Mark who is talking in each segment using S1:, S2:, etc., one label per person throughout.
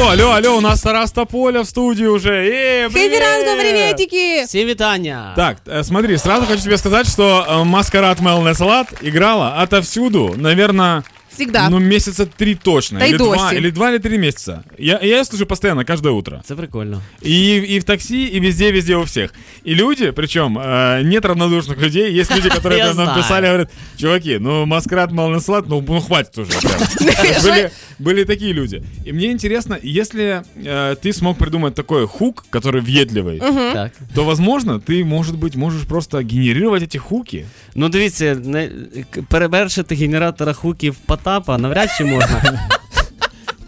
S1: О, алло, алло, у нас Тарас Тополя в студии уже. Эй,
S2: Хэви
S1: привет!
S2: ранго, приветики!
S3: Всем витания.
S1: Так, э, смотри, сразу хочу тебе сказать, что э, маскарад Мелне Салат играла отовсюду, наверное,
S2: Всегда.
S1: ну месяца три точно.
S2: Да и
S1: или,
S2: до
S1: два,
S2: сих.
S1: или два, или три месяца. Я, я ее слушаю постоянно, каждое утро.
S3: Это прикольно.
S1: И, и в такси, и везде, везде у всех. И люди, причем э, нет равнодушных людей, есть люди, которые
S3: Я
S1: прям нам
S3: знаю.
S1: писали, говорят, чуваки, ну маскарад Мелне Салат, ну, ну хватит уже. прям». были, были такие люди. И мне интересно, если э, ты смог придумать такой хук, который въедливый,
S3: Так.
S1: то, возможно, ти, може бути, можеш просто генерувати ці хуки.
S3: Ну дивіться, не- к- перевершити генератора хуків Потапа навряд чи можна.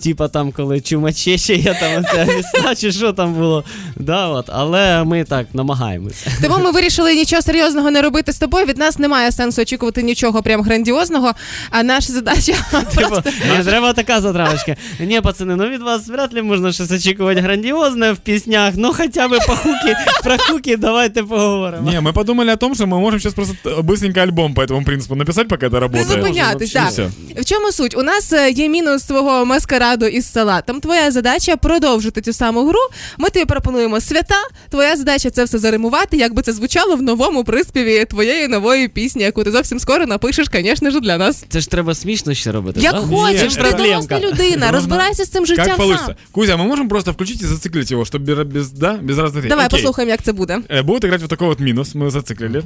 S3: Типа там, коли чумаче ще я там оце весна, чи що там було. Да, от. Але ми так намагаємося.
S2: Тому ми вирішили нічого серйозного не робити з тобою. Від нас немає сенсу очікувати нічого прям грандіозного. А наша задача
S1: Типу-
S3: Типа, не Типу, треба така затравочка. Ні, пацани, ну від вас вряд ли можна щось очікувати грандіозне в піснях, ну хоча б по хуки, про хуки давайте поговоримо.
S1: Не, ми подумали о том, що ми можемо зараз просто т- быстренько альбом по этому принципу написати, поки це
S2: не
S1: працює.
S2: зупинятись.
S1: Ну,
S2: Так.
S1: все.
S2: В чому суть? У нас е, є мінус твого маскараду із салатом. Твоя задача продовжити цю саму гру. Ми тобі пропонуємо свята. Твоя задача це все заримувати, як би це звучало в новому приспіві твоєї нової пісні, яку ти зовсім скоро напишеш, звісно ж, для нас.
S3: Це ж треба смішно ще робити.
S2: Як
S3: да?
S2: хочеш,
S1: це
S2: ти
S3: проблемка.
S2: доросла людина, розбирайся з цим життям
S1: Як
S2: сам.
S1: получится. Кузя, ми можемо просто включити і зациклити його, щоб бі- без, да, без разных Э,
S2: Давай послухаємо, як це буде.
S1: Будет играть вот такой вот минус, мы зациклили.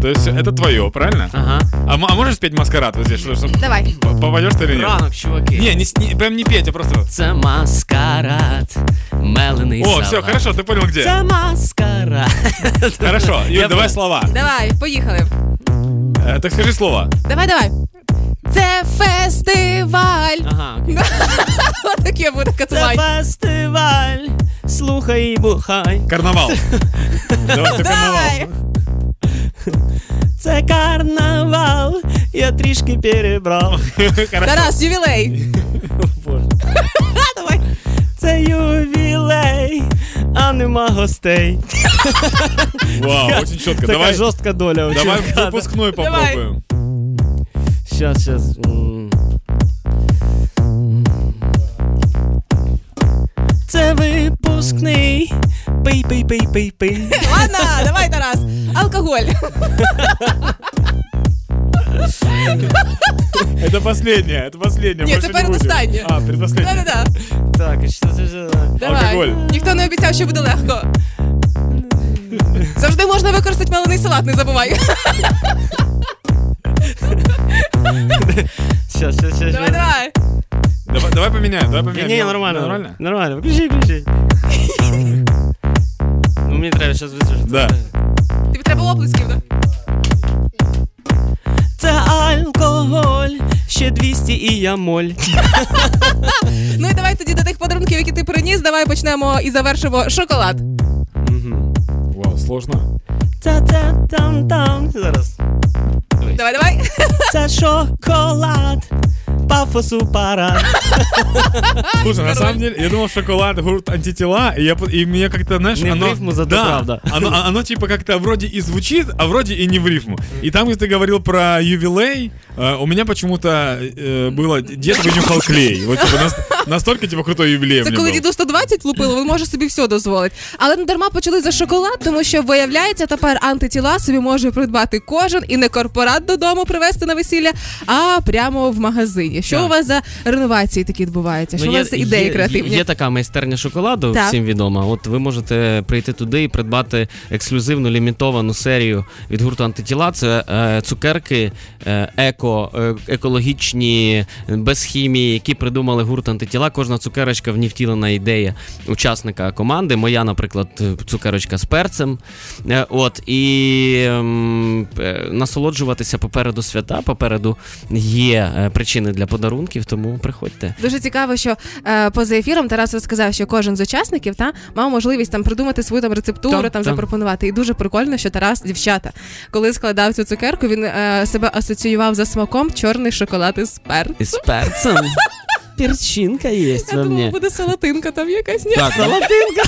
S1: То есть это твое, правильно?
S3: Ага.
S1: А, м- а можешь спеть маскарад вот здесь, что, что
S2: Давай.
S1: п- попадешь ты или нет?
S3: Ранок, чуваки.
S1: Не, не, с- не- прям не петь, а просто. вот.
S3: Це маскарад, мелений
S1: О,
S3: салат.
S1: все, хорошо, ты понял где.
S3: Це маскарад.
S1: Хорошо, Юль, давай
S3: Я понял.
S1: слова.
S2: Давай, поїхали.
S1: Э, так скажи слово.
S2: Давай, давай. Це фестиваль.
S3: Ага. окей.
S2: Таке буде
S3: Це
S2: кацувай.
S3: фестиваль. Слухай і бухай.
S1: Карнавал. Давай, ты
S2: Давай.
S1: карнавал.
S3: Це карнавал. Я трішки перебрав.
S1: Хорошо.
S2: Тарас, ювілей.
S3: Боже.
S2: Давай.
S3: Це ювілей, а нема гостей.
S1: Вау, очень четко.
S3: Така
S1: Давай,
S3: жорстка доля
S1: давай
S3: у чувака, да.
S1: выпускной
S2: Давай.
S1: попробуем.
S3: Сейчас, сейчас. Це випускний. Пий, пий, пий, пий, пий.
S2: Ладно, давай, Тарас. Алкоголь.
S1: Это последнее, это последнее.
S2: Нет,
S1: больше
S2: это
S1: не будем.
S2: предостанье.
S1: А, предостанье.
S2: Да-да-да.
S3: Так, що це ж.
S2: Давай.
S1: Алкоголь.
S2: Ніхто не обіцяв, що буде легко. Завжди можна використати мелений салат, не забувай.
S3: Щас, щас, щас.
S2: Давай, давай.
S1: Давай, давай поменяем, давай
S3: Ні,
S1: поменяем.
S3: ні, нормально.
S1: Нормально?
S3: Нормально. Включи, включи. Ну, мені треба щас вислужити.
S1: Да.
S2: Тобі треба оплесків, да?
S3: Це алкоголь, ще 200 і я моль.
S2: Ну і давай тоді до тих подарунків, які ти приніс, давай почнемо і завершимо шоколад.
S1: Вау, сложно.
S3: Та-та там там. Зараз.
S2: Давай, давай.
S3: Це шоколад. Пафосу парад.
S1: Слушай, на самом деле, я думал, шоколад, гурт антитела, и, я, по- и мне как-то, знаешь,
S3: Не в
S1: оно...
S3: рифму, зато
S1: да,
S3: правда.
S1: Оно, а- оно типа как-то вроде и звучит, а вроде и не в рифму. И там, где ты говорил про ювелей, э, у меня почему-то э, было «Дед вынюхал клей». Вот, типа, нас- настолько, типа, крутой юбилей у
S2: Це
S1: меня
S2: коли
S1: был.
S2: діду 120 лупило, він може собі все дозволити. Але не дарма почали за шоколад, тому що виявляється, тепер антитіла собі може придбати кожен і не корпорат додому привезти на весілля, а прямо в магазині. Що
S3: Так. Ну,
S2: у вас за реновації такі відбуваються? Що у вас за ідеї креативні?
S3: Є така майстерня шоколаду,
S2: Так.
S3: всім відома. От ви можете прийти туди і придбати ексклюзивну лімітовану серію від гурту антитіла. Це е, цукерки е, еко, е, екологічні, без хімії, які придумали гурт антитіла. Кожна цукерочка в ній втілена ідея учасника команди. Моя, наприклад, е, цукерочка з перцем. Е, От і ем, е, насолоджуватися попереду свята. Попереду є е, причини для подарунків, тому приходьте.
S2: Дуже цікаво, що е, поза ефіром Тарас розказав, що кожен з учасників та мав можливість там придумати свою там рецептуру,
S3: Так,
S2: там
S3: так.
S2: запропонувати. І дуже прикольно, що Тарас, дівчата, коли складав цю цукерку, він е, себе асоціював за смаком чорний шоколад із пер.
S3: Із перцем. перчинка есть
S2: Я
S3: во
S2: думаю,
S3: мне.
S2: буде салатинка там якась. Ні?
S1: Так, ну,
S3: Солодинка.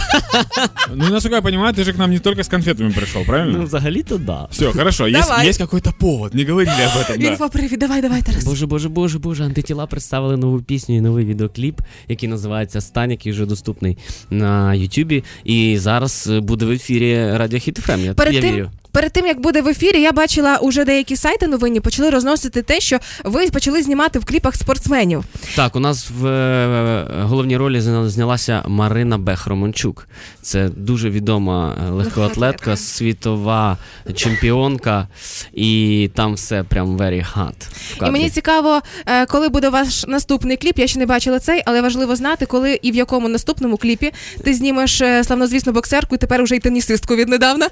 S1: ну, насколько я понимаю, ты же к нам не только с конфетами пришел,
S3: Ну,
S1: правильно?
S3: взагалі-то да.
S1: Все, хорошо, есть,
S2: Давай.
S1: есть какой-то повод, не говорили об этом, да.
S2: Інфопривід, давай, давай, Тарас.
S3: Боже, боже, боже, боже, антитіла представили нову пісню і новий відеокліп, який називається Стан, який вже доступний на Ютубі. І зараз е, буде в ефірі Радіо Хіт Фрем. Я, я
S2: Перед тим,
S3: вірю.
S2: перед тим як буде в ефірі, я бачила уже деякі сайти новинні почали розносити те, що ви почали знімати в кліпах спортсменів.
S3: Так, у нас в е, головній ролі зна- знялася Марина Бехромончук. Це дуже відома
S2: Ну,
S3: е, легкоатлетка,
S2: Легкоатлетка.
S3: світова чемпіонка, і там все прям very hot. в
S2: І
S3: кадрі.
S2: мені цікаво, е, коли буде ваш наступний кліп. Я ще не бачила цей, але важливо знати, коли і в якому наступному кліпі ти знімеш е, славнозвісну боксерку, і тепер уже й тенісистку віднедавна.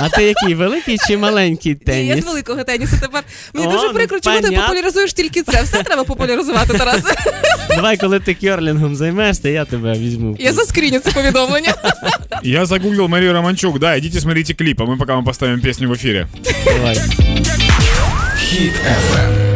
S3: А ти який великий чи маленький
S2: Ні, Я з
S3: теніс?
S2: великого тенісу тепер. Мені
S3: О,
S2: дуже
S3: ну,
S2: прикро, чому ти
S3: понятно.
S2: популяризуєш тільки це. Все треба популяризувати, Тарас.
S3: Давай, коли ти кьорлінгом займешся, я тебе візьму.
S2: Я заскріню це повідомлення.
S1: Я загуглил Марию Романчук, да, идите смотрите клип, а мы пока вам поставим песню в эфире.
S3: Давай.
S4: Хіт FM.